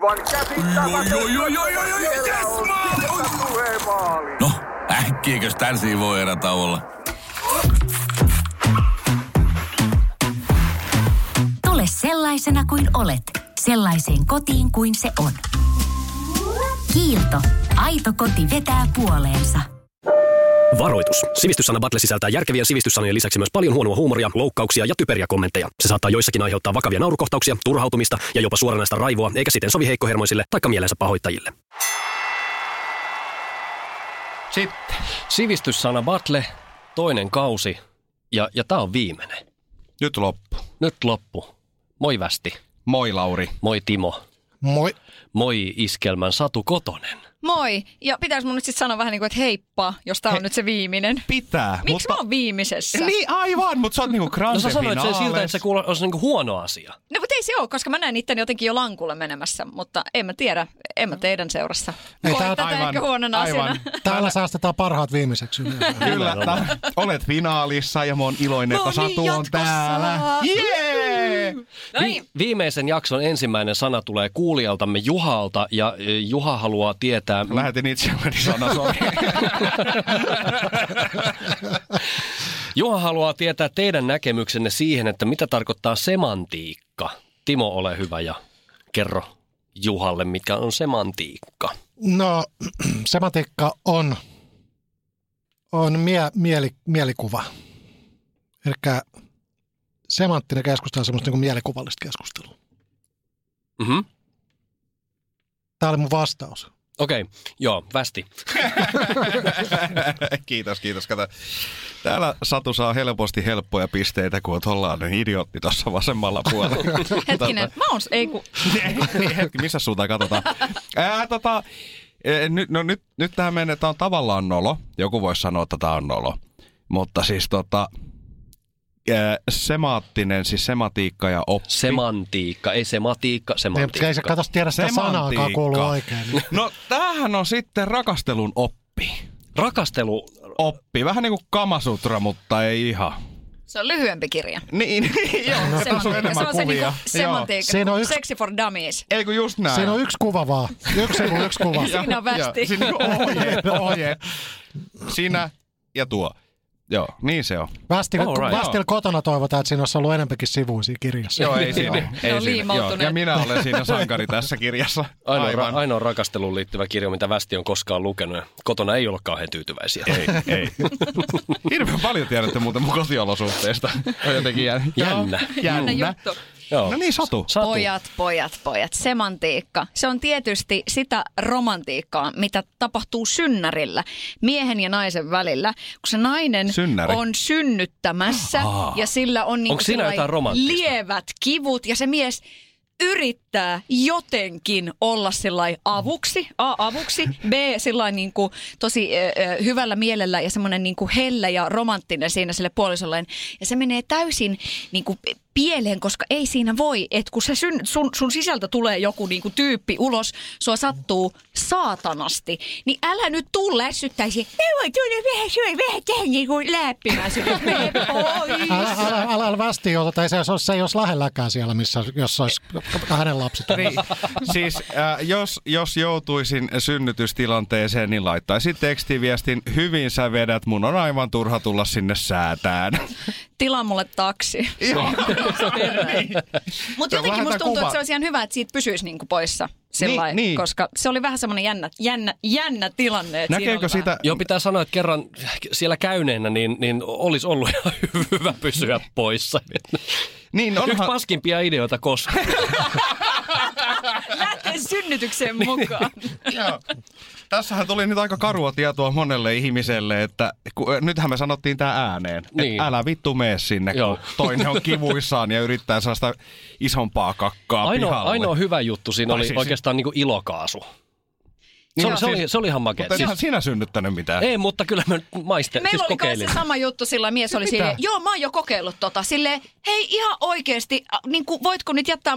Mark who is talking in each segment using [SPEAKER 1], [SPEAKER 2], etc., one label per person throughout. [SPEAKER 1] aivan käsittämätöntä.
[SPEAKER 2] Oi, oi, oi, oi, oi, oi,
[SPEAKER 1] Siellä
[SPEAKER 2] yes,
[SPEAKER 1] on
[SPEAKER 2] maali!
[SPEAKER 1] Sirkka
[SPEAKER 2] Oi.
[SPEAKER 1] Tuhe maali.
[SPEAKER 2] No, äkkiäkös tän voi erä olla?
[SPEAKER 3] Tule sellaisena kuin olet, sellaiseen kotiin kuin se on. Kiilto. Aito koti vetää puoleensa.
[SPEAKER 4] Varoitus. Sivistyssana Battle sisältää järkeviä sivistyssanojen lisäksi myös paljon huonoa huumoria, loukkauksia ja typeriä kommentteja. Se saattaa joissakin aiheuttaa vakavia naurukohtauksia, turhautumista ja jopa suoranaista raivoa, eikä siten sovi heikkohermoisille tai mielensä pahoittajille. Sitten sivistyssana Battle, toinen kausi ja, ja tämä on viimeinen.
[SPEAKER 5] Nyt loppu.
[SPEAKER 4] Nyt loppu. Moi Västi,
[SPEAKER 5] Moi Lauri.
[SPEAKER 4] moi Timo,
[SPEAKER 6] Moi.
[SPEAKER 4] moi Iskelmän Satu Kotonen.
[SPEAKER 7] Moi! Ja pitäis mun nyt sitten sanoa vähän niin kuin, että heippa, jos tää on nyt se viimeinen.
[SPEAKER 5] Pitää.
[SPEAKER 7] Miksi mä oon viimeisessä?
[SPEAKER 5] Niin aivan, mutta sä oot niinku grande
[SPEAKER 4] No sä sanoit sen siltä, että
[SPEAKER 5] finales.
[SPEAKER 4] se kuulo- olisi niinku huono asia.
[SPEAKER 7] No mutta ei se ole, koska mä näen itteni jotenkin jo lankulle menemässä, mutta en mä tiedä, en
[SPEAKER 5] Mm.
[SPEAKER 7] mä teidän seurassa.
[SPEAKER 6] Ei,
[SPEAKER 7] Koe
[SPEAKER 6] tää on
[SPEAKER 7] tätä
[SPEAKER 5] Niin, aivan-
[SPEAKER 7] ehkä huonona
[SPEAKER 5] aivan.
[SPEAKER 7] asiana.
[SPEAKER 6] Täällä säästetään parhaat viimeiseksi.
[SPEAKER 5] Kyllä, tää- olet finaalissa ja mä oon iloinen,
[SPEAKER 7] No
[SPEAKER 5] että
[SPEAKER 7] niin,
[SPEAKER 5] Satu on
[SPEAKER 7] jatkossa.
[SPEAKER 5] täällä. Jee!
[SPEAKER 7] No niin,
[SPEAKER 4] Viimeisen jakson ensimmäinen sana tulee kuulijaltamme Juhalta ja e, Juha haluaa tietää, mi-
[SPEAKER 5] Lähetin itselleni sana, sori.
[SPEAKER 4] Juha haluaa tietää teidän näkemyksenne siihen, että mitä tarkoittaa semantiikka. Timo, ole hyvä ja kerro Juhalle, mikä on semantiikka.
[SPEAKER 6] No, semantiikka on, on mie, mieli, mielikuva. Eli semanttinen keskustelu on semmoista niin mielikuvallista keskustelua.
[SPEAKER 4] Mhm.
[SPEAKER 6] Tämä oli mun vastaus.
[SPEAKER 4] Okei, okay. joo, västi.
[SPEAKER 5] kiitos, kiitos. Kato. Täällä Satu saa helposti helppoja pisteitä, kun on tollainen idiotti tuossa vasemmalla puolella.
[SPEAKER 7] hetkinen,
[SPEAKER 5] Tota-
[SPEAKER 7] mä oon, ei kun,
[SPEAKER 5] niin, hetki, missä suuntaan katsotaan? Ää, tota, e, nyt, no, nyt, nyt tähän menee, tämä on tavallaan nolo. Joku voisi sanoa, että tämä on nolo. Mutta siis tota, ää, semaattinen, siis sematiikka ja oppi.
[SPEAKER 4] Semantiikka, ei sematiikka,
[SPEAKER 6] Ei, ei se
[SPEAKER 4] semantiikka.
[SPEAKER 6] katos tiedä sitä sanaakaan kuuluu
[SPEAKER 5] Semantiikka.
[SPEAKER 6] oikein. Niin.
[SPEAKER 5] No tämähän on sitten rakastelun oppi.
[SPEAKER 4] Rakastelu,
[SPEAKER 5] Oppi, vähän niin kuin kamasutra, mutta ei ihan.
[SPEAKER 7] se on lyhyempi kirja.
[SPEAKER 5] Niin, joo, tässä on
[SPEAKER 7] Semantiikka,
[SPEAKER 5] enemmän
[SPEAKER 7] se on se
[SPEAKER 5] kuvia.
[SPEAKER 7] niinku
[SPEAKER 5] Joo.
[SPEAKER 7] semantiikka,
[SPEAKER 6] Siinä on
[SPEAKER 7] yksi...
[SPEAKER 6] yksi-
[SPEAKER 7] sexy for dummies.
[SPEAKER 5] Ei kun just näin.
[SPEAKER 6] Siinä on yksi kuva vaan. Yksi sivu, yksi kuva.
[SPEAKER 7] Siinä on No, västi.
[SPEAKER 5] Joo, Siinä on ohjeet, ohjeet. Sinä ja tuo. Joo, niin se on.
[SPEAKER 6] Västil,
[SPEAKER 4] All right.
[SPEAKER 6] Västil kotona toivotaan, että siinä olisi ollut enempikin sivuisia kirjassa.
[SPEAKER 5] Joo, ei siinä.
[SPEAKER 7] Ne on liimautuneet.
[SPEAKER 5] Ja minä olen siinä sankari tässä kirjassa.
[SPEAKER 4] ainoa, ra- ainoa rakasteluun liittyvä kirja, mitä västi on koskaan lukenut. ja Kotona ei ole kauhean tyytyväisiä.
[SPEAKER 5] Ei, ei. Hirveän paljon tiedätte muuten mun kotiolosuhteista. On jotenkin jän...
[SPEAKER 4] Jännä.
[SPEAKER 5] Jännä.
[SPEAKER 7] juttu.
[SPEAKER 4] Joo.
[SPEAKER 5] No niin, Satu.
[SPEAKER 4] Satu.
[SPEAKER 7] Pojat, pojat, pojat. Semantiikka. Se on tietysti sitä romantiikkaa, mitä tapahtuu synnärillä, miehen ja naisen välillä. Kun se nainen
[SPEAKER 5] Synnäri.
[SPEAKER 7] on synnyttämässä Aa. ja sillä on niin
[SPEAKER 4] Onko siinä jotain romanttista?
[SPEAKER 7] lievät kivut ja se mies yrittää jotenkin olla sillai avuksi, A avuksi, B sillai niin kuin tosi ö, ö, hyvällä mielellä ja semmoinen niin kuin hellä ja romanttinen siinä sille puolisolleen. Ja se menee täysin niin kuin pieleen, koska ei siinä voi, että kun se syn, sun, sun sisältä tulee joku niin kuin tyyppi ulos, sua sattuu saatanasti, niin älä nyt tuu lässyttäisi, me voi tulla vähän syödä, vähän tähän niin kuin läppimään sinut, mene pois.
[SPEAKER 6] Älä, älä, älä, älä västi, jota, tai se, ei olisi- se ei olisi lähelläkään siellä, missä, jos olisi hänen lapset.
[SPEAKER 5] Niin, siis äh, jos, jos joutuisin synnytystilanteeseen, niin laittaisin tekstiviestin, hyvin sä vedät, mun on aivan turha tulla sinne säätään.
[SPEAKER 7] tilaa mulle taksi.
[SPEAKER 5] Joo.
[SPEAKER 7] Mutta
[SPEAKER 5] Se on
[SPEAKER 7] jotenkin
[SPEAKER 5] vähän
[SPEAKER 7] musta
[SPEAKER 5] tää
[SPEAKER 7] tuntuu,
[SPEAKER 5] kuva.
[SPEAKER 7] että se olisi ihan hyvä, että siitä pysyisi niinku poissa. Sillain,
[SPEAKER 5] Niin,
[SPEAKER 7] niin,
[SPEAKER 5] niin.
[SPEAKER 7] niin. Koska se oli vähän semmoinen jännä, jännä, jännä tilanne. että siinä
[SPEAKER 5] Näkeekö
[SPEAKER 7] oli
[SPEAKER 5] sitä,
[SPEAKER 4] Joo, pitää sanoa, että kerran siellä käyneenä, niin, niin olisi ollut ihan hyvä pysyä poissa.
[SPEAKER 5] niin
[SPEAKER 4] Onhan... Yksi
[SPEAKER 5] onhan,
[SPEAKER 4] paskimpia ideoita koskaan.
[SPEAKER 7] vähän- Lähtee synnytykseen mukaan.
[SPEAKER 5] Joo. Tässähän tuli nyt aika karua tietoa monelle ihmiselle, että ku, nythän me sanottiin tää ääneen, niin.
[SPEAKER 4] Niin.
[SPEAKER 5] että älä vittu mene sinne,
[SPEAKER 4] Joo.
[SPEAKER 5] kun toinen on kivuissaan ja yrittää sellaista isompaa kakkaa
[SPEAKER 4] Ainoa,
[SPEAKER 5] pihalle.
[SPEAKER 4] ainoa hyvä juttu siinä
[SPEAKER 5] Tai
[SPEAKER 4] oli
[SPEAKER 5] siis-
[SPEAKER 4] siis... oikeastaan niin kuin ilokaasu. Se,
[SPEAKER 5] Joo.
[SPEAKER 4] oli, se, oli, se oli ihan makea.
[SPEAKER 5] Mutta
[SPEAKER 4] Siis,
[SPEAKER 5] enhän sinä synnyttänyt mitään.
[SPEAKER 4] ei, mutta kyllä mä maiste,
[SPEAKER 7] Meillä
[SPEAKER 4] siis
[SPEAKER 7] oli kai
[SPEAKER 4] kokeilin.
[SPEAKER 7] se sama juttu, sillä mies oli silleen, joo mä oon jo kokeillut tota, silleen, hei ihan oikeesti, a, niin kuin, voitko nyt jättää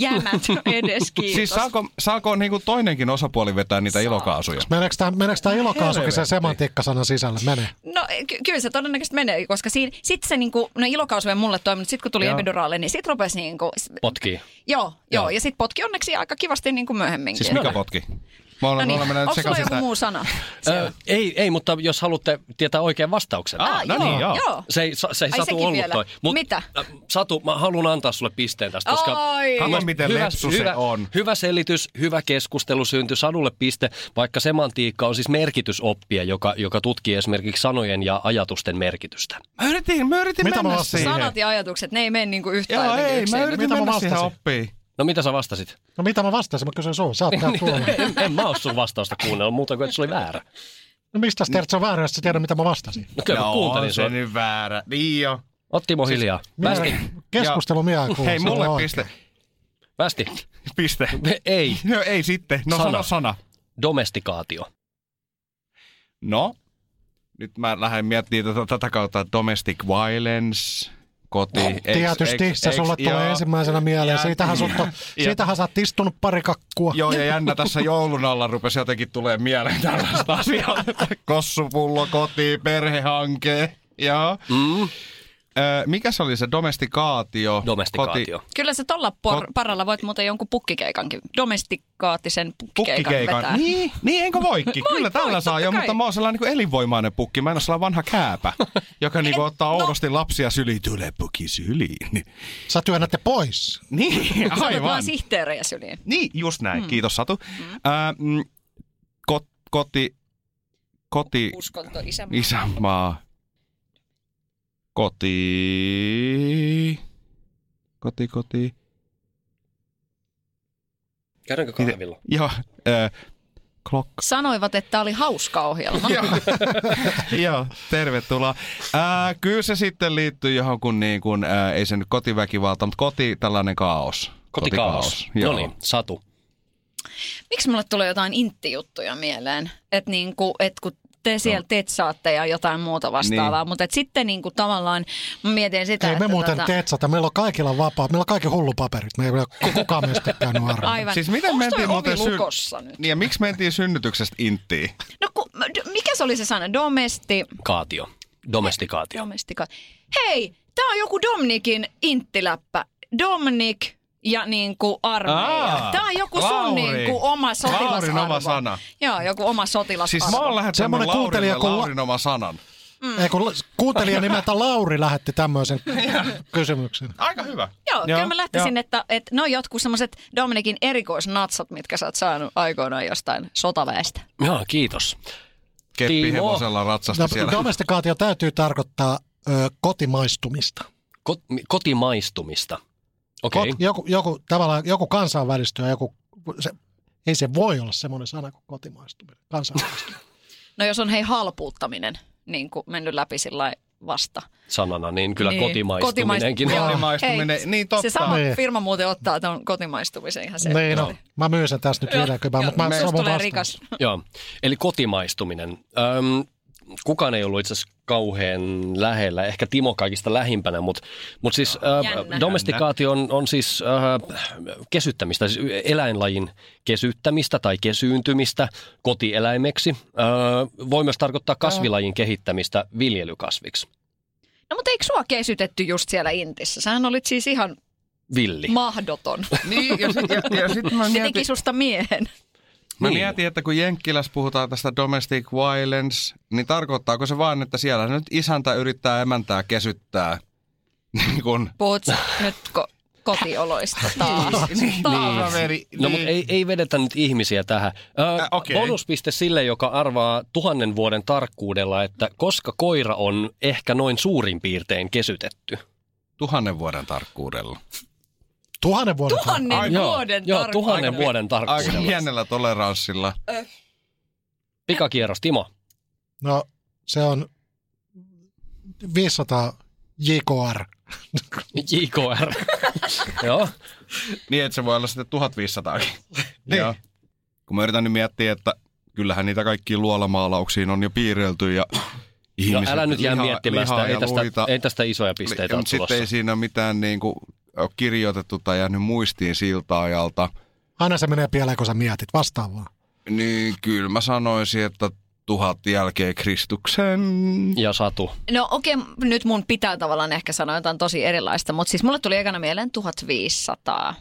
[SPEAKER 7] jämät edes, kiitos.
[SPEAKER 5] Siis saako, saako niin kuin toinenkin osapuoli vetää niitä ilokaasuja? Siis
[SPEAKER 6] Meneekö tämä, meneekö tämä ilokaasukin sen semantiikkasanan sisälle? Mene.
[SPEAKER 7] No ky- kyllä se todennäköisesti menee, koska siinä, sit se niinku, no ilokausu ei mulle toiminut, sit kun tuli epiduraalle, niin sit rupesi niinku, s-
[SPEAKER 4] Potkii.
[SPEAKER 7] joo, joo, ja sit potki onneksi aika kivasti niinku myöhemminkin.
[SPEAKER 5] Siis mikä potki? Mä olen,
[SPEAKER 7] No niin,
[SPEAKER 5] me olemme
[SPEAKER 7] onko
[SPEAKER 5] näin
[SPEAKER 7] sulla
[SPEAKER 5] sekaisin.
[SPEAKER 7] joku
[SPEAKER 5] tää-
[SPEAKER 7] muu sana?
[SPEAKER 4] Ö, ei, ei, mutta jos haluatte tietää oikean vastauksen.
[SPEAKER 5] Ah, no niin, joo.
[SPEAKER 7] joo.
[SPEAKER 4] Se ei, sa- se ei
[SPEAKER 7] Ai,
[SPEAKER 4] Satu
[SPEAKER 7] sekin
[SPEAKER 4] ollut
[SPEAKER 7] vielä.
[SPEAKER 4] toi.
[SPEAKER 7] Mitä?
[SPEAKER 4] Ä, Satu, mä haluan antaa sulle pisteen tästä, koska...
[SPEAKER 7] Ai.
[SPEAKER 4] mun
[SPEAKER 7] Kato,
[SPEAKER 4] mielestä
[SPEAKER 5] miten lepsu se
[SPEAKER 4] hyvä,
[SPEAKER 5] on.
[SPEAKER 4] Hyvä selitys, hyvä keskustelu syntyi Sadulle piste, vaikka semantiikka on siis merkitysoppia, joka, joka tutkii esimerkiksi sanojen ja ajatusten merkitystä.
[SPEAKER 5] Mä yritin, mä yritin
[SPEAKER 6] Mitä mä
[SPEAKER 5] mennä
[SPEAKER 6] vastasin?
[SPEAKER 5] siihen.
[SPEAKER 7] Sanat ja ajatukset, ne ei mene niinku yhtään
[SPEAKER 5] Joo, ei,
[SPEAKER 7] jotenkin
[SPEAKER 5] mä
[SPEAKER 7] yksin.
[SPEAKER 5] yritin
[SPEAKER 6] Mitä mä
[SPEAKER 5] mennä siihen
[SPEAKER 6] vastasin?
[SPEAKER 5] oppiin.
[SPEAKER 4] No mitä sä vastasit?
[SPEAKER 6] No mitä mä vastasin? Mä kysyn sun, sä oot
[SPEAKER 5] Niin.
[SPEAKER 6] täällä tuolla.
[SPEAKER 4] en, en mä oo sun vastausta kuunnellut muuta kuin, että se oli väärä.
[SPEAKER 6] No mistä sä tiedät, että se on väärä, jos sä tiedät, mitä mä vastasin?
[SPEAKER 4] No kyllä mä kuuntelin
[SPEAKER 5] on se
[SPEAKER 4] sua.
[SPEAKER 5] nyt väärä. Niin jo.
[SPEAKER 4] Ottimo hiljaa. Västi,
[SPEAKER 6] Keskustelu miehä kuuluu.
[SPEAKER 5] Hei,
[SPEAKER 6] se on
[SPEAKER 5] mulle
[SPEAKER 6] oikein.
[SPEAKER 5] piste.
[SPEAKER 4] västi.
[SPEAKER 5] Piste.
[SPEAKER 4] Ei,
[SPEAKER 5] No ei sitten. No
[SPEAKER 4] Sana.
[SPEAKER 5] sano sana.
[SPEAKER 4] domestikaatio.
[SPEAKER 5] No, nyt mä lähden miettimään tätä, tätä kautta domestic violence, koti. eks-
[SPEAKER 6] No, Tietysti,
[SPEAKER 5] eks-
[SPEAKER 6] se
[SPEAKER 5] eks-
[SPEAKER 6] sulle tulee
[SPEAKER 5] joo.
[SPEAKER 6] ensimmäisenä mieleen.
[SPEAKER 5] Ja-
[SPEAKER 6] Siitähän, sut on,
[SPEAKER 5] ja-
[SPEAKER 6] siitähän sä oot istunut pari kakkua.
[SPEAKER 5] Joo, ja jännä tässä joulun alla rupesi jotenkin tulee mieleen tällaista asiaa. Kossupullo, koti, perhehanke. Joo.
[SPEAKER 4] Mm.
[SPEAKER 5] Ö, mikä se oli se domestikaatio?
[SPEAKER 4] Domestikaatio.
[SPEAKER 5] Koti,
[SPEAKER 7] Kyllä sä tolla por- paralla voit muuten jonkun pukkikeikankin, domestikaattisen pukkikeikan, vetää.
[SPEAKER 5] pukkikeikan. Niin, niin, enkö voikki?
[SPEAKER 7] Voi,
[SPEAKER 5] Kyllä tällä
[SPEAKER 7] voi,
[SPEAKER 5] saa
[SPEAKER 7] totta
[SPEAKER 5] jo,
[SPEAKER 7] kai.
[SPEAKER 5] mutta mä oon sellainen niin elinvoimainen pukki. Mä en ole sellainen vanha kääpä, joka niinku
[SPEAKER 7] No.
[SPEAKER 5] ottaa oudosti lapsia syliin. Tule pukki syliin.
[SPEAKER 6] Sä työnnätte pois.
[SPEAKER 5] Niin,
[SPEAKER 7] Sä otat
[SPEAKER 5] aivan.
[SPEAKER 7] vaan sihteerejä syliin.
[SPEAKER 5] Niin, just
[SPEAKER 7] Hmm.
[SPEAKER 5] näin. Mm. Kiitos Satu. Mm. Ää, mm, kot, koti, koti,
[SPEAKER 7] Uskonto, isänmaa.
[SPEAKER 5] isänmaa, koti, koti, koti.
[SPEAKER 4] Käydäänkö kahvilla?
[SPEAKER 5] Joo, ää, klok.
[SPEAKER 7] Sanoivat, että tämä oli hauska ohjelma.
[SPEAKER 5] Joo. Joo, tervetuloa. Ää, kyllä se sitten liittyy johonkin, niin kuin, ää, ei se nyt kotiväkivalta, mutta koti tällainen kaos.
[SPEAKER 4] Kotikaos.
[SPEAKER 5] Joo.
[SPEAKER 4] No niin, Satu.
[SPEAKER 7] Miksi mulle tulee jotain inttijuttuja mieleen? Että niinku, et kun
[SPEAKER 5] No.
[SPEAKER 7] te siellä teet saatte ja jotain muuta vastaavaa, niin. mutta et sitten niinku tavallaan mä mietin sitä,
[SPEAKER 6] Ei
[SPEAKER 7] että
[SPEAKER 6] me muuten tota... tetsata. Meillä on kaikilla vapaa. Meillä on kaikki hullupaperit. Me ei ole kukaan meistä käynyt arvoa.
[SPEAKER 7] Aivan.
[SPEAKER 5] Siis miten
[SPEAKER 7] Onks
[SPEAKER 5] mentiin
[SPEAKER 7] toi ovi
[SPEAKER 5] muuten syy-
[SPEAKER 7] lukossa nyt?
[SPEAKER 5] Niin, ja miksi mentiin synnytyksestä inttiin?
[SPEAKER 7] No ku, d- mikä se oli se sana? Domesti,
[SPEAKER 4] Kaatio. Domestikaatio.
[SPEAKER 7] domestika. Hei, tää on joku Domnikin inttiläppä. Domnik ja niinku armeija.
[SPEAKER 5] Aa,
[SPEAKER 7] tää on joku sun
[SPEAKER 5] Lauri.
[SPEAKER 7] niinku oma sotilasarvo.
[SPEAKER 5] Laurin oma sana.
[SPEAKER 7] Joo, joku oma sotilasarvo.
[SPEAKER 5] Siis mä oon lähettänyt
[SPEAKER 6] Semmonen kuuntelija
[SPEAKER 5] Laurille
[SPEAKER 6] kun la-
[SPEAKER 5] Laurin oma sanan.
[SPEAKER 6] Mm. Ei, kun kuuntelija nimeltä Lauri lähetti tämmöisen kysymyksen.
[SPEAKER 5] Aika hyvä.
[SPEAKER 7] Joo, kyllä mä lähtisin, että, että ne on jotkut semmoiset Dominikin erikoisnatsat, mitkä sä oot saanut aikoinaan jostain sotaväestä.
[SPEAKER 4] Joo, kiitos.
[SPEAKER 5] Keppi
[SPEAKER 4] Timo.
[SPEAKER 5] hevosella ratsasti siellä.
[SPEAKER 6] No, Domestikaatio täytyy tarkoittaa ö, kotimaistumista.
[SPEAKER 4] Kot, mi- kotimaistumista. Okei.
[SPEAKER 6] Kot, joku, joku, tavallaan, joku kansainvälistyä, joku, se, ei se voi olla semmoinen sana kuin kotimaistuminen. Kansainvälistyä.
[SPEAKER 7] No jos on hei halpuuttaminen niin kuin mennyt läpi sillä vasta.
[SPEAKER 4] sanana, niin kyllä
[SPEAKER 7] Niin.
[SPEAKER 4] niin. kotimaistuminenkin.
[SPEAKER 7] Kotimais-
[SPEAKER 4] Kotimais-
[SPEAKER 7] Joo.
[SPEAKER 5] Kotimaistuminen.
[SPEAKER 7] Hei,
[SPEAKER 5] Niin, totta.
[SPEAKER 7] Se sama
[SPEAKER 6] Niin.
[SPEAKER 7] firma muuten ottaa tuon kotimaistumisen ihan se.
[SPEAKER 6] niin no, mä myyn sen tässä nyt viidenkympään, mutta mä, se on mun
[SPEAKER 7] tulee
[SPEAKER 6] vastaus.
[SPEAKER 7] rikas.
[SPEAKER 4] Joo, eli kotimaistuminen. Öm, kukaan ei ollut itse asiassa kauhean lähellä, ehkä Timo kaikista lähimpänä, mutta mut siis
[SPEAKER 7] Jännä.
[SPEAKER 4] äh, domestikaatio on, on siis äh, kesyttämistä, siis eläinlajin kesyttämistä tai kesyyntymistä kotieläimeksi. Äh, voi myös tarkoittaa kasvilajin kehittämistä viljelykasviksi.
[SPEAKER 7] No mutta eikö sua kesytetty just siellä Intissä? Sähän olit siis ihan
[SPEAKER 4] Villi.
[SPEAKER 7] mahdoton.
[SPEAKER 5] Niin, ja, sit- ja, ja sitten mä
[SPEAKER 7] Se
[SPEAKER 5] mietin,
[SPEAKER 7] teki susta miehen.
[SPEAKER 5] mä
[SPEAKER 4] Niin.
[SPEAKER 5] mietin, että kun Jenkkilässä puhutaan tästä domestic violence, niin tarkoittaako se vaan, että siellä nyt isäntä yrittää emäntää kesyttää? Niin kun...
[SPEAKER 7] Puhut sä nyt ko- kotioloista
[SPEAKER 5] Niin.
[SPEAKER 7] taas.
[SPEAKER 4] Niin,
[SPEAKER 7] taas.
[SPEAKER 5] Kaveri,
[SPEAKER 4] No mutta ei, ei vedetä nyt ihmisiä tähän. Ö,
[SPEAKER 5] Äh, Niin. okei.
[SPEAKER 4] Bonuspiste sille, joka arvaa tuhannen vuoden tarkkuudella, että koska koira on ehkä noin suurin piirtein kesytetty.
[SPEAKER 5] Tuhannen vuoden tarkkuudella.
[SPEAKER 6] Tuhannen vuoden
[SPEAKER 7] Tuhannen vuoden
[SPEAKER 4] joo,
[SPEAKER 7] tarkkuudella.
[SPEAKER 4] tuhannen vuoden
[SPEAKER 5] Aika
[SPEAKER 4] tarkkuudella.
[SPEAKER 5] pienellä toleranssilla.
[SPEAKER 4] Pikakierros, Timo.
[SPEAKER 6] No se on 500 JKR.
[SPEAKER 4] JKR. joo. No,
[SPEAKER 5] Niin, että se voi olla sitten 1500. niin. Joo. Kun mä yritän nyt miettiä, että kyllähän niitä kaikki luolamaalauksiin on jo piirrelty ja
[SPEAKER 4] No
[SPEAKER 5] ihmiset
[SPEAKER 4] älä nyt jää
[SPEAKER 5] liha-
[SPEAKER 4] miettimään sitä.
[SPEAKER 5] lihaa
[SPEAKER 4] Ei
[SPEAKER 5] ja
[SPEAKER 4] tästä,
[SPEAKER 5] luita.
[SPEAKER 4] ei tästä isoja pisteitä ole
[SPEAKER 5] Mutta sitten
[SPEAKER 4] tulossa.
[SPEAKER 5] ei siinä mitään niin kuin, kirjoitettu tai jäänyt muistiin siltä ajalta.
[SPEAKER 6] Aina se menee pieleen, kun sä mietit. Vastaa vaan.
[SPEAKER 5] Niin kyllä mä sanoisin, että tuhat jälkeen Kristuksen.
[SPEAKER 4] Ja Satu.
[SPEAKER 7] No okei, nyt mun pitää tavallaan ehkä sanoa jotain tosi erilaista, mutta siis mulle tuli ekana mieleen 1500.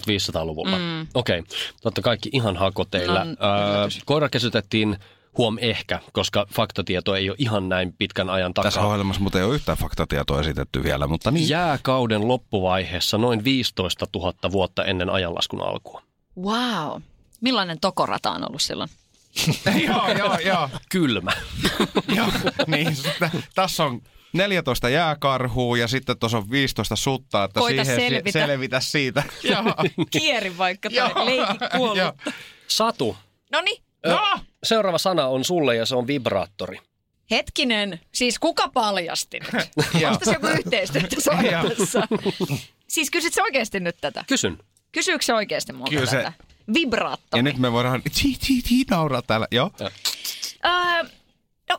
[SPEAKER 4] 1500-luvulla.
[SPEAKER 7] Mm.
[SPEAKER 4] Mm. Okei, totta kaikki ihan hakoteillä.
[SPEAKER 7] No,
[SPEAKER 4] öö,
[SPEAKER 7] yllätys.
[SPEAKER 4] koira kesytettiin huom ehkä, koska faktatieto ei ole ihan näin pitkän ajan
[SPEAKER 5] Tässä
[SPEAKER 4] takaa.
[SPEAKER 5] ohjelmassa mutta ei ole yhtään faktatietoa esitetty vielä, mutta niin.
[SPEAKER 4] Jääkauden loppuvaiheessa noin 15 000 vuotta ennen ajanlaskun alkua.
[SPEAKER 7] Wow. Millainen tokorata on ollut silloin?
[SPEAKER 5] joo, joo, joo.
[SPEAKER 4] Kylmä.
[SPEAKER 5] Joo, niin, sitä, tässä on 14 jääkarhua ja sitten tuossa on 15 sutta, että
[SPEAKER 7] Koita
[SPEAKER 5] siihen si-
[SPEAKER 7] selvitä.
[SPEAKER 5] selvitä siitä. Joo.
[SPEAKER 7] Kieri vaikka tai
[SPEAKER 5] Joo.
[SPEAKER 7] leiki
[SPEAKER 5] Joo.
[SPEAKER 7] kuollut.
[SPEAKER 4] Satu,
[SPEAKER 7] Noniin,
[SPEAKER 5] No!
[SPEAKER 4] seuraava sana on sulle ja se on vibraattori.
[SPEAKER 7] hetkinen. Siis kuka paljasti nyt?
[SPEAKER 5] Joo.
[SPEAKER 7] Onko tässä joku yhteistyö tässä
[SPEAKER 5] Joo.
[SPEAKER 7] ajatussa? Siis kysyt sä oikeasti nyt tätä?
[SPEAKER 4] Kysyn.
[SPEAKER 7] Kysyykö sä oikeasti multa
[SPEAKER 5] Kyllä se-
[SPEAKER 7] tätä? Vibraattori.
[SPEAKER 5] Ja nyt me voidaan tii, tii, tii, nauraa täällä. Joo.
[SPEAKER 7] Öö, no,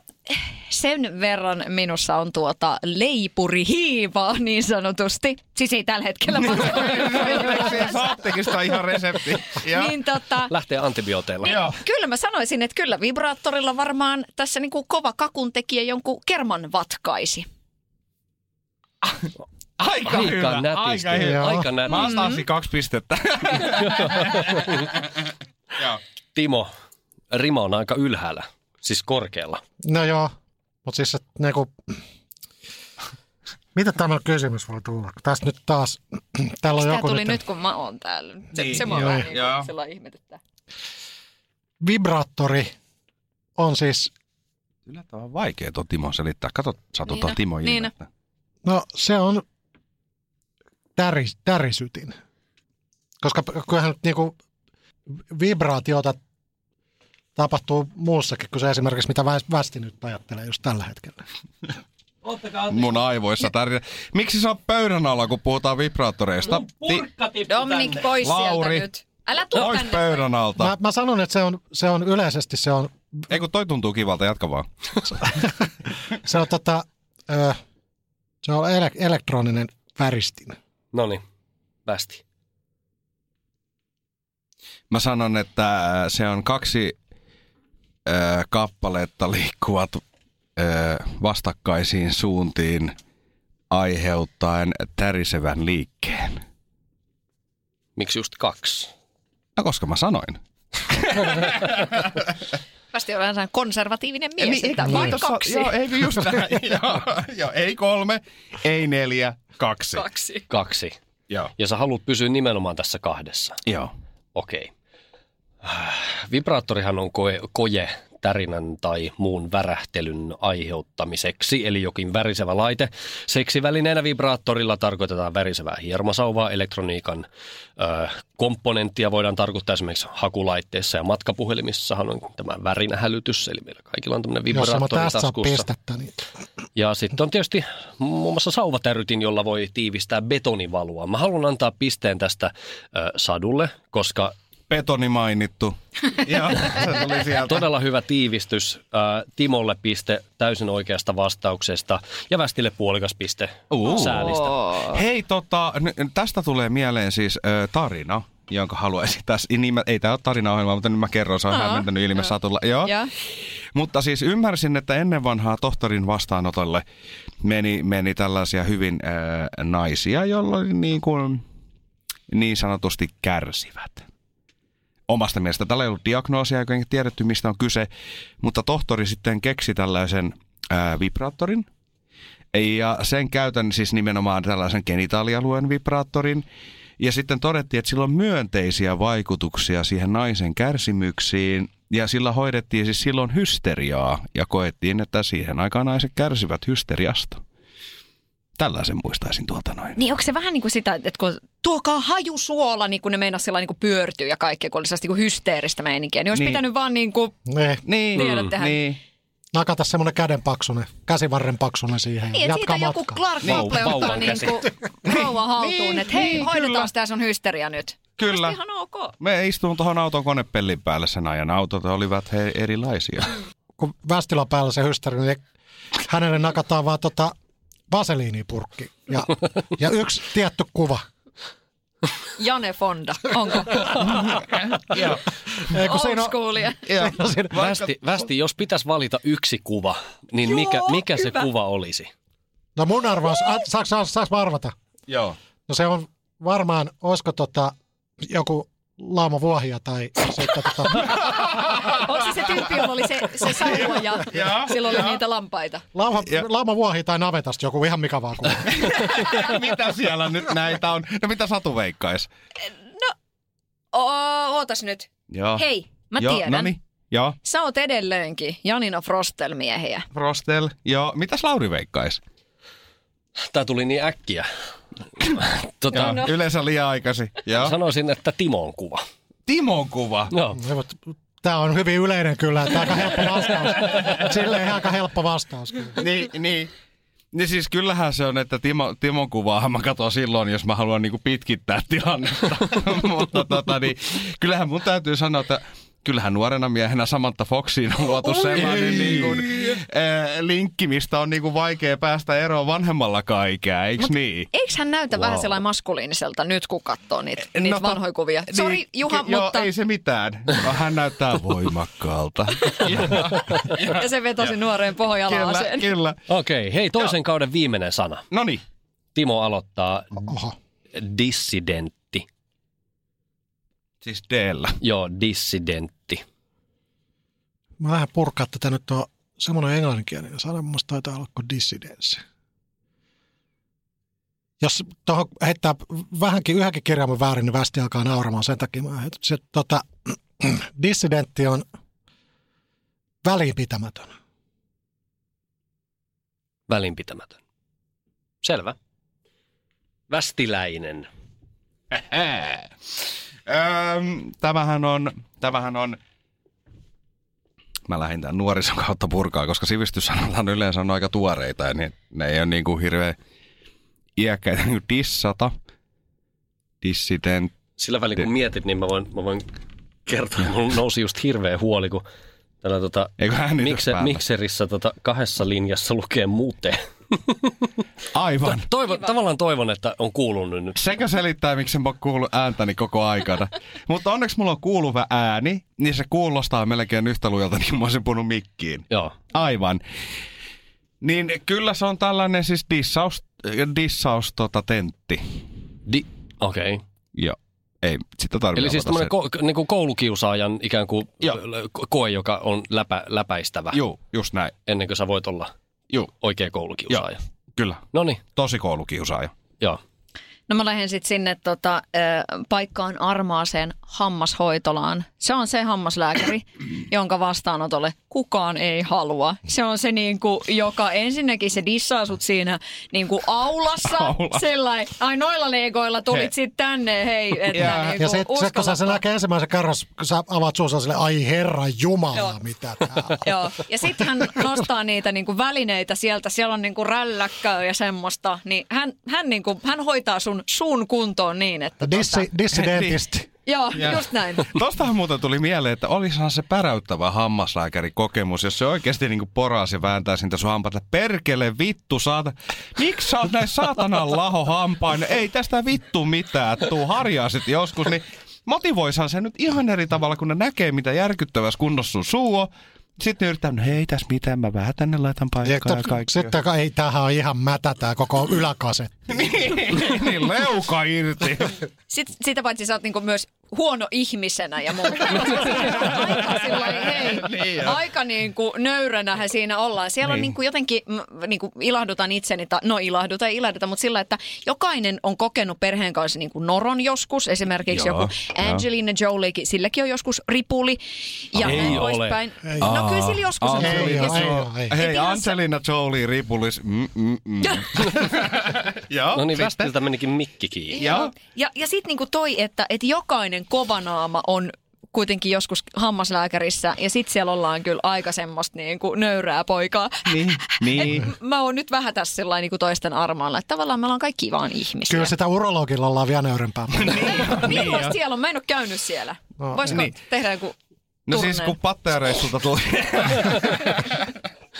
[SPEAKER 7] sen verran minussa on tuota leipurihiivaa niin sanotusti. Siis ei tällä hetkellä.
[SPEAKER 5] Se saattekin sitä ihan resepti. Joo.
[SPEAKER 7] niin tota,
[SPEAKER 4] Lähtee antibiooteilla.
[SPEAKER 5] Joo.
[SPEAKER 7] kyllä mä sanoisin, että kyllä vibraattorilla varmaan tässä niinku kova kakun tekijä jonkun kerman vatkaisi.
[SPEAKER 5] Aika,
[SPEAKER 4] Aika
[SPEAKER 5] hyvä.
[SPEAKER 4] nätisti.
[SPEAKER 5] Aika Mm-hmm. hyvä.
[SPEAKER 6] Joo.
[SPEAKER 4] Aika
[SPEAKER 5] Mä
[SPEAKER 4] nätisti.
[SPEAKER 5] astaisin kaksi pistettä. Joo.
[SPEAKER 4] Timo, rima on aika ylhäällä, siis korkealla.
[SPEAKER 6] No joo, mutta siis se niinku... Mitä tämä kysymys voi tulla? Tässä nyt taas, täällä on
[SPEAKER 7] Sitä
[SPEAKER 6] joku
[SPEAKER 7] tuli
[SPEAKER 6] nyt,
[SPEAKER 7] nyt, kun mä oon täällä. Se,
[SPEAKER 5] Niin,
[SPEAKER 7] niin, se mua
[SPEAKER 5] joo,
[SPEAKER 7] vähän niin
[SPEAKER 5] joo.
[SPEAKER 7] kuin sellainen ihmetyttää.
[SPEAKER 6] vibraattori on siis,
[SPEAKER 5] Yllättävän vaikea tuo Timo selittää. Kato, satutaan
[SPEAKER 7] Niina,
[SPEAKER 5] Timo
[SPEAKER 7] Niina.
[SPEAKER 5] ilmettä.
[SPEAKER 6] no se on täri, tärisytin. Koska p- kyllähän nyt niinku vibraatiota tapahtuu muussakin kuin se esimerkiksi, mitä väs- västi nyt ajattelee just tällä hetkellä.
[SPEAKER 5] Mun aivoissa tärinä. Miksi sä oot pöydän alla, kun puhutaan vibraattoreista? Ti-
[SPEAKER 7] Dominic, pois
[SPEAKER 5] Lauri.
[SPEAKER 7] sieltä nyt. Älä tuu
[SPEAKER 5] Pois
[SPEAKER 7] tänne.
[SPEAKER 5] pöydän alta.
[SPEAKER 6] Mä, mä sanon, että se on, se on yleisesti se on
[SPEAKER 5] Ei kun toi tuntuu kivalta, jatka vaan.
[SPEAKER 6] Se on, tota, ö, se on ele- elektroninen väristin.
[SPEAKER 4] No niin, västi.
[SPEAKER 5] Mä sanon, että äh, se on kaksi äh, kappaletta liikkuvat äh, vastakkaisiin suuntiin aiheuttaen tärisevän liikkeen.
[SPEAKER 4] Miksi just kaksi?
[SPEAKER 5] No koska mä sanoin.
[SPEAKER 7] Västi on aina konservatiivinen mies.
[SPEAKER 5] Niin,
[SPEAKER 7] että
[SPEAKER 5] eikö
[SPEAKER 7] vain
[SPEAKER 5] tuossa-
[SPEAKER 7] kaksi.
[SPEAKER 5] Joo, eikö just näin? joo, joo, ei kolme, ei neljä, kaksi.
[SPEAKER 7] kaksi.
[SPEAKER 4] Kaksi.
[SPEAKER 5] Joo.
[SPEAKER 4] Ja sä haluat pysyä nimenomaan tässä kahdessa.
[SPEAKER 5] joo.
[SPEAKER 4] Okei. Vibraattorihan on koe, koje tärinän tai muun värähtelyn aiheuttamiseksi, eli jokin värisevä laite. Seksivälineenä vibraattorilla tarkoitetaan värisevää hiermasauvaa, elektroniikan ö, komponenttia voidaan tarkoittaa esimerkiksi hakulaitteissa ja matkapuhelimissahan on tämä värinähälytys, eli meillä kaikilla on tämmöinen
[SPEAKER 6] Jos mä
[SPEAKER 4] vibraattori
[SPEAKER 6] tässä saa
[SPEAKER 4] taskussa.
[SPEAKER 6] pistettä, niin
[SPEAKER 4] Ja sitten on tietysti muun muassa sauvatärytin, jolla voi tiivistää betonivalua. Mä haluan antaa pisteen tästä ö, sadulle, koska
[SPEAKER 5] Betoni mainittu. joo, se tuli sieltä.
[SPEAKER 4] Todella hyvä tiivistys. Ää, Timolle piste täysin oikeasta vastauksesta ja Västille puolikas piste
[SPEAKER 5] Uu.
[SPEAKER 4] säälistä.
[SPEAKER 5] Hei, tota, n- tästä tulee mieleen siis ö, tarina, jonka haluaisin tässä. Niin, mä- ei tämä ole tarinaohjelma, mutta nyt mä kerron, se on
[SPEAKER 7] Aa,
[SPEAKER 5] hämmentänyt ilme satulla. Joo.
[SPEAKER 7] Joo.
[SPEAKER 5] Mutta siis ymmärsin, että ennen vanhaa tohtorin vastaanotolle meni, meni tällaisia hyvin ö, naisia, jolloin niin, kuin, niin sanotusti kärsivät. Omasta mielestä tällä ei ollut diagnoosia, eikä tiedetty mistä on kyse, mutta tohtori sitten keksi tällaisen ö, vibraattorin, ja sen käytän siis nimenomaan tällaisen genitaalialueen vibraattorin. Ja sitten todettiin, että sillä on myönteisiä vaikutuksia siihen naisen kärsimyksiin. Ja sillä hoidettiin siis silloin hysteriaa. Ja koettiin, että siihen aikaan naiset kärsivät hysteriasta. Tällaisen muistaisin tuolta noin.
[SPEAKER 7] Niin onko se vähän niin kuin sitä, että kun tuokaa hajusuola, niin kun ne meinaa sillä niin kuin pyörtyy ja kaikkea, kun oli sellaista niin kuin hysteeristä niinku meininkiä, niin olisi
[SPEAKER 5] Niin.
[SPEAKER 7] pitänyt vaan niin kuin
[SPEAKER 6] ne,
[SPEAKER 5] Niin,
[SPEAKER 7] Tiedät tähän.
[SPEAKER 5] niin.
[SPEAKER 6] nakata semmoinen käden paksunen, käsivarren paksunen siihen ja
[SPEAKER 7] Niin, että
[SPEAKER 6] jatkaa
[SPEAKER 7] siitä joku
[SPEAKER 6] matkaa.
[SPEAKER 7] Clark
[SPEAKER 4] Vau-
[SPEAKER 7] Gable ottaa
[SPEAKER 4] vauvan
[SPEAKER 7] niin
[SPEAKER 4] käsi.
[SPEAKER 7] rouvan haltuun,
[SPEAKER 5] Niin,
[SPEAKER 7] että hei,
[SPEAKER 5] niin,
[SPEAKER 7] hoidetaan
[SPEAKER 5] kyllä.
[SPEAKER 7] tämä sun hysteria nyt.
[SPEAKER 5] Kyllä.
[SPEAKER 7] Ihan ok.
[SPEAKER 5] Me istuin tuohon auton konepellin päälle sen ajan. Autot olivat he erilaisia.
[SPEAKER 6] Kun västillä on päällä se hysteri, niin hänelle nakataan vaan tota vaseliinipurkki ja, ja yksi tietty kuva.
[SPEAKER 7] Jane Fonda, onko?
[SPEAKER 6] Ei, kun siinä
[SPEAKER 7] Old
[SPEAKER 6] on,
[SPEAKER 7] schoolia.
[SPEAKER 5] ja,
[SPEAKER 6] siinä,
[SPEAKER 4] Västi, västi, jos pitäisi valita yksi kuva, niin
[SPEAKER 7] Joo,
[SPEAKER 4] mikä, mikä se
[SPEAKER 7] hyvä.
[SPEAKER 4] kuva olisi?
[SPEAKER 6] no mun arvaus, a, saaks, saaks, saaks mä arvata?
[SPEAKER 5] joo.
[SPEAKER 6] No se on varmaan, olisiko tota, joku lauma vuohia tai sitten tota,
[SPEAKER 7] On se se tyyppi, jolla oli se, se salua ja,
[SPEAKER 5] Joo,
[SPEAKER 7] sillä oli
[SPEAKER 5] joo.
[SPEAKER 7] niitä lampaita.
[SPEAKER 6] lauma,
[SPEAKER 5] Ja-
[SPEAKER 6] lauma vuohi tai navetasta joku ihan mikä vaan kuva.
[SPEAKER 5] mitä siellä nyt näitä on? No mitä Satu veikkaisi?
[SPEAKER 7] Oo, ootas nyt.
[SPEAKER 5] Joo.
[SPEAKER 7] Hei, mä
[SPEAKER 5] joo,
[SPEAKER 7] tiedän.
[SPEAKER 5] No niin. Joo.
[SPEAKER 7] Sä oot edelleenkin Janina Frostel-miehiä.
[SPEAKER 5] Prostel. Joo. Mitäs Lauri veikkaisi?
[SPEAKER 4] Tämä tuli niin äkkiä.
[SPEAKER 5] Joo.
[SPEAKER 4] Tota,
[SPEAKER 5] No. Yleensä liian aikaisin. Joo.
[SPEAKER 4] Sanoisin, että Timon kuva.
[SPEAKER 5] Timon kuva.
[SPEAKER 4] Joo.
[SPEAKER 6] Tämä on hyvin yleinen kyllä, että aika helppo vastaus. Silleen aika helppo vastaus kyllä.
[SPEAKER 5] niin, niin. Niin siis kyllähän se on, että Timo, Timon kuvaa mä katson silloin, jos mä haluan niinku pitkittää tilannetta. Mutta tota, niin, kyllähän mun täytyy sanoa, että kyllähän nuorena miehenä Samantha Foxiin on luotu sellainen niinku, äh, linkki, mistä on niinku vaikea päästä eroon vanhemmallakaan ikää, eiks niin?
[SPEAKER 7] Eikö hän näytä wow. vähän sellainen maskuliiniselta nyt, kun katsoo niitä, niitä
[SPEAKER 5] No,
[SPEAKER 7] no, vanhoja kuvia? Niin, Sori Juha,
[SPEAKER 5] joo,
[SPEAKER 7] mutta...
[SPEAKER 5] ei se mitään. No, Hän näyttää voimakkaalta.
[SPEAKER 7] Ja se vetosi nuoreen
[SPEAKER 5] kyllä,
[SPEAKER 7] pohjalaaseen.
[SPEAKER 5] kyllä.
[SPEAKER 4] Okei, hei toisen kauden viimeinen sana.
[SPEAKER 5] Noniin.
[SPEAKER 4] Timo aloittaa
[SPEAKER 6] Oho.
[SPEAKER 4] dissidentti.
[SPEAKER 5] Siis d
[SPEAKER 4] Joo, dissidentti.
[SPEAKER 6] Mä lähden purkaa tätä nyt tuo semmoinen englanninkielinen sana, mun mielestä taitaa olla kuin dissidenssi. Jos tuohon heittää vähänkin yhdenkin kirjaimen väärin, niin västi alkaa nauramaan sen takia. Mä heitin. se, tota, dissidentti on välinpitämätön.
[SPEAKER 4] Välinpitämätön. Selvä. Västiläinen.
[SPEAKER 5] Öm, tämähän on, tämähän on, mä lähdin tämän nuorison kautta purkaa, koska sivistyssanotaan yleensä on aika tuoreita ja ne, ne ei ole niin kuin hirveä iäkkäitä niin kuin dissata, dissiden.
[SPEAKER 4] Sillä välin kun mietit, niin mä voin, mä voin kertoa, mulla nousi just hirveä huoli, kun tällä tota,
[SPEAKER 5] Eikö hän
[SPEAKER 4] mikse, mikserissä tota, kahdessa linjassa lukee muuten.
[SPEAKER 5] Aivan.
[SPEAKER 4] Toivon, tavallaan toivon, että on kuulunut nyt.
[SPEAKER 5] Sekö selittää, miksi en ole kuullut ääntäni koko aikana. Mutta onneksi mulla on kuuluva ääni, niin se kuulostaa melkein yhtä lujalta, niin mä olisin puhunut mikkiin.
[SPEAKER 4] Joo.
[SPEAKER 5] Aivan. Niin kyllä se on tällainen siis dissaus, dissaus tota, tentti.
[SPEAKER 4] Di- Okei. Okay.
[SPEAKER 5] Joo. Ei, sitä tarvitse
[SPEAKER 4] Eli siis
[SPEAKER 5] avata
[SPEAKER 4] tämmöinen ko- niin kuin koulukiusaajan ikään kuin
[SPEAKER 5] Joo.
[SPEAKER 4] ko- koe, joka on läpä, läpäistävä
[SPEAKER 5] sen. Joo, just näin.
[SPEAKER 4] ennen kuin sä voit olla
[SPEAKER 5] Joo,
[SPEAKER 4] oikea koulukiusaaja.
[SPEAKER 5] kyllä.
[SPEAKER 4] No niin,
[SPEAKER 5] Tosi koulukiusaaja.
[SPEAKER 4] joo.
[SPEAKER 7] No mä lähden sitten sinne tota, ö, paikkaan armaaseen hammashoitolaan. Se on se hammaslääkäri, jonka vastaanotolle kukaan ei halua. Se on se niinku, joka ensinnäkin se dissaa sut siinä niinku aulassa.
[SPEAKER 5] Aulassa.
[SPEAKER 7] Sellain, ai noilla legoilla tulit
[SPEAKER 5] Hei.
[SPEAKER 7] sitten tänne, hei. Että
[SPEAKER 5] Jaa.
[SPEAKER 7] niinku,
[SPEAKER 6] Ja se, se kun sä sen
[SPEAKER 7] uskalla-
[SPEAKER 6] näkee ensimmäisen kerran, kun sä avaat suussa sille, ai herra jumala,
[SPEAKER 7] Joo.
[SPEAKER 6] mitä tää on.
[SPEAKER 7] Joo. Ja sitten hän nostaa niitä niinku välineitä sieltä, siellä on niinku rälläkkää ja semmoista, niin hän, hän, niinku, hän hoitaa sun suun kuntoon niin, että...
[SPEAKER 6] Dissi, dissidentisti.
[SPEAKER 7] Joo,
[SPEAKER 5] Joo.
[SPEAKER 7] just näin.
[SPEAKER 5] Tostahan muuten tuli mieleen, että olisihan se päräyttävä hammaslääkärikokemus, jos se oikeasti niinku poraas ja vääntää siitä sun hampaita. Perkele vittu, saata... miksi sä oot näin saatanan laho hampain? Ei tästä vittu mitään, tuu harjaa sit joskus, niin motivoisahan se nyt ihan eri tavalla, kun ne näkee, mitä järkyttävässä kunnossa sun suu on. Sitten ne yrittää, no hei tässä mitään, mä vähän tänne laitan
[SPEAKER 6] Ja
[SPEAKER 5] paikkaa ja
[SPEAKER 6] t-
[SPEAKER 5] kaikkea.
[SPEAKER 6] Sitten kai- ei, tämähän on ihan mätä tää koko yläkase.
[SPEAKER 5] niin leuka irti.
[SPEAKER 7] Sit, sitä paitsi sä oot niinku myös huono ihmisenä ja muuta. aika, sillain, hei,
[SPEAKER 5] Niin
[SPEAKER 7] niin
[SPEAKER 5] on.
[SPEAKER 7] aika niinku nöyränähän siinä ollaan. Siellä niin.
[SPEAKER 5] Niin.
[SPEAKER 7] on niinku jotenkin, m, niinku ilahdutan itseni, ta, no ilahduta ei ilahduta, mutta sillä, että jokainen on kokenut perheen kanssa niinku noron joskus. Esimerkiksi
[SPEAKER 5] Joo,
[SPEAKER 7] joku
[SPEAKER 5] joo.
[SPEAKER 7] Angelina Joliekin, silläkin on joskus ripuli ja
[SPEAKER 4] Ei
[SPEAKER 7] näin
[SPEAKER 4] ole.
[SPEAKER 7] poispäin. No kyllä sillä joskus on.
[SPEAKER 6] Ei, ei,
[SPEAKER 5] Angelina
[SPEAKER 7] Ja-
[SPEAKER 6] ei,
[SPEAKER 5] Jolie.
[SPEAKER 6] ei, ei.
[SPEAKER 5] Hei,
[SPEAKER 7] Ihan se-
[SPEAKER 5] Angelina Jolie ripulis. Mm, mm, mm. Joo, Siis
[SPEAKER 4] No niin,
[SPEAKER 5] Oh, sitten.
[SPEAKER 4] västiltä menikin mikki kiinni.
[SPEAKER 5] Joo.
[SPEAKER 7] Ja, ja sitten niinku toi, että et jokainen kovanaama on kuitenkin joskus hammaslääkärissä ja sit siellä ollaan kyllä aika semmoista niin kuin nöyrää poikaa.
[SPEAKER 5] Niin, niin.
[SPEAKER 7] Et mä oon nyt vähän tässä sillä niin kuin toisten armoilla, että tavallaan me ollaan kaikki vaan ihmisiä.
[SPEAKER 6] Kyllä sitä urologilla ollaan vielä nöyrempää.
[SPEAKER 7] Niin.
[SPEAKER 5] Niin,
[SPEAKER 7] Millaista siellä on? Mä en ole käynyt siellä. No, Voisiko niin. tehdä joku
[SPEAKER 5] No siis
[SPEAKER 7] turneen?
[SPEAKER 5] kun pattereissulta tuli.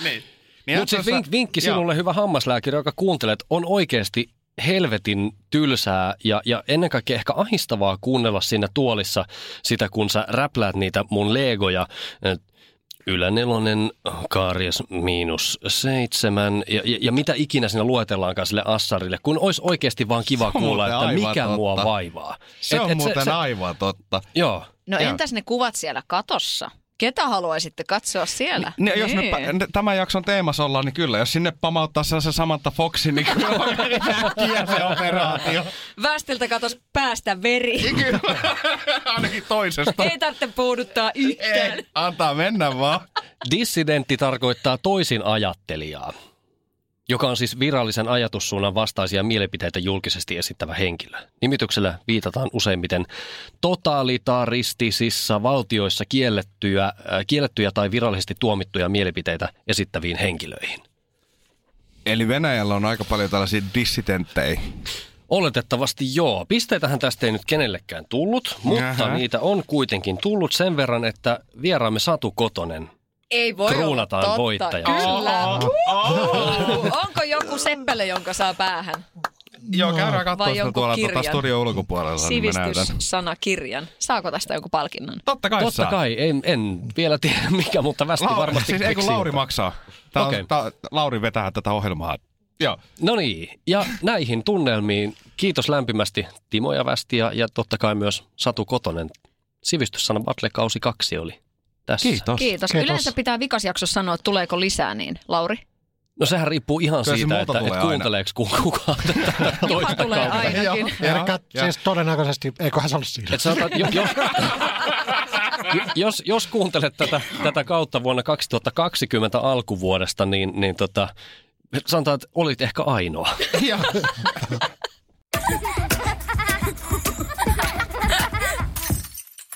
[SPEAKER 5] niin. niin
[SPEAKER 4] Mutta siis
[SPEAKER 5] tuossa-
[SPEAKER 4] vink, vinkki
[SPEAKER 5] Joo.
[SPEAKER 4] sinulle, hyvä hammaslääkäri, joka kuuntelet, on oikeasti helvetin tylsää ja, ja ennen kaikkea ehkä ahistavaa kuunnella siinä tuolissa sitä, kun sä räpläät niitä mun legoja. Et Ylänelonen, kaaries miinus seitsemän ja, ja, ja mitä ikinä siinä luetellaankaan sille assarille, kun olisi oikeasti vaan kiva
[SPEAKER 5] Se on
[SPEAKER 4] kuulla,
[SPEAKER 5] muuten
[SPEAKER 4] että
[SPEAKER 5] aivan
[SPEAKER 4] mikä mua
[SPEAKER 5] totta.
[SPEAKER 4] vaivaa.
[SPEAKER 5] Se on muuten aivan totta.
[SPEAKER 4] Joo.
[SPEAKER 7] No
[SPEAKER 5] Joo.
[SPEAKER 7] entäs ne kuvat siellä katossa? Ketä haluaisitte katsoa siellä? Niin.
[SPEAKER 5] Ne, jos me pa- ne- tämän jakson teemassa ollaan, niin kyllä, jos sinne pamauttaa sellaisen Samantha Foxin, niin kyllä on äkkiä se operaatio.
[SPEAKER 7] Väestöltä katos päästä veri.
[SPEAKER 5] Kyllä, ainakin toisesta.
[SPEAKER 7] Ei tarvitse puuduttaa yhtään.
[SPEAKER 5] Ei, antaa mennä vaan.
[SPEAKER 4] Dissidentti tarkoittaa toisin ajattelijaa, joka on siis virallisen ajatussuunnan vastaisia mielipiteitä julkisesti esittävä henkilö. Nimityksellä viitataan useimmiten totalitaristisissa valtioissa kiellettyjä, äh, kiellettyjä tai virallisesti tuomittuja mielipiteitä esittäviin henkilöihin.
[SPEAKER 5] Eli Venäjällä on aika paljon tällaisia dissidenttejä.
[SPEAKER 4] Oletettavasti joo. Pisteitähän tästä ei nyt kenellekään tullut, mutta
[SPEAKER 5] Ähä.
[SPEAKER 4] niitä on kuitenkin tullut sen verran, että vieraamme Satu Kotonen
[SPEAKER 7] Ei voi
[SPEAKER 4] Kruunataan
[SPEAKER 7] olla totta.
[SPEAKER 4] voittajaksi.
[SPEAKER 7] Kyllä. Oh, Onko joku seppele, jonka saa päähän?
[SPEAKER 5] Joo, käydään
[SPEAKER 7] Vai
[SPEAKER 5] katsomaan sitä
[SPEAKER 7] jonkun
[SPEAKER 5] tuolla tuota
[SPEAKER 7] kirjan.
[SPEAKER 5] studio ulkopuolella, niin mä näytän.
[SPEAKER 7] Sivistyssanakirjan. Saako tästä joku palkinnon?
[SPEAKER 5] Totta kai
[SPEAKER 4] Totta
[SPEAKER 5] saa.
[SPEAKER 4] kai, en, en vielä tiedä mikä, mutta västi
[SPEAKER 5] Lauri,
[SPEAKER 4] varmasti
[SPEAKER 5] siis ei kun
[SPEAKER 4] keksii
[SPEAKER 5] Lauri
[SPEAKER 4] jotain.
[SPEAKER 5] maksaa. Tää
[SPEAKER 4] Okei.
[SPEAKER 5] on, tää, Lauri vetää tätä ohjelmaa. Joo.
[SPEAKER 4] No niin, ja näihin tunnelmiin kiitos lämpimästi Timo ja Västi ja, ja totta kai myös Satu Kotonen. Sivistyssana Battle kausi kaksi oli tässä.
[SPEAKER 7] Kiitos.
[SPEAKER 6] Kiitos.
[SPEAKER 7] Yleensä pitää vikasjaksossa sanoa, että tuleeko lisää, niin Lauri.
[SPEAKER 4] No sehän riippuu ihan
[SPEAKER 5] Kyllä se
[SPEAKER 4] siitä,
[SPEAKER 5] multa
[SPEAKER 4] että,
[SPEAKER 5] tulee
[SPEAKER 4] että
[SPEAKER 5] aina.
[SPEAKER 4] kuunteleeko ku- kukaan tätä
[SPEAKER 7] Juha
[SPEAKER 4] toista
[SPEAKER 7] tulee
[SPEAKER 4] kautta.
[SPEAKER 7] ainakin.
[SPEAKER 6] Eli
[SPEAKER 5] Joo.
[SPEAKER 6] siis todennäköisesti, eiköhän se ollut siinä.
[SPEAKER 4] Et sanotaan, jo, jo, jos, jos kuuntelet tätä, tätä kautta vuonna 2020 alkuvuodesta, niin, niin tota, sanotaan, että olit ehkä ainoa.
[SPEAKER 5] Joo.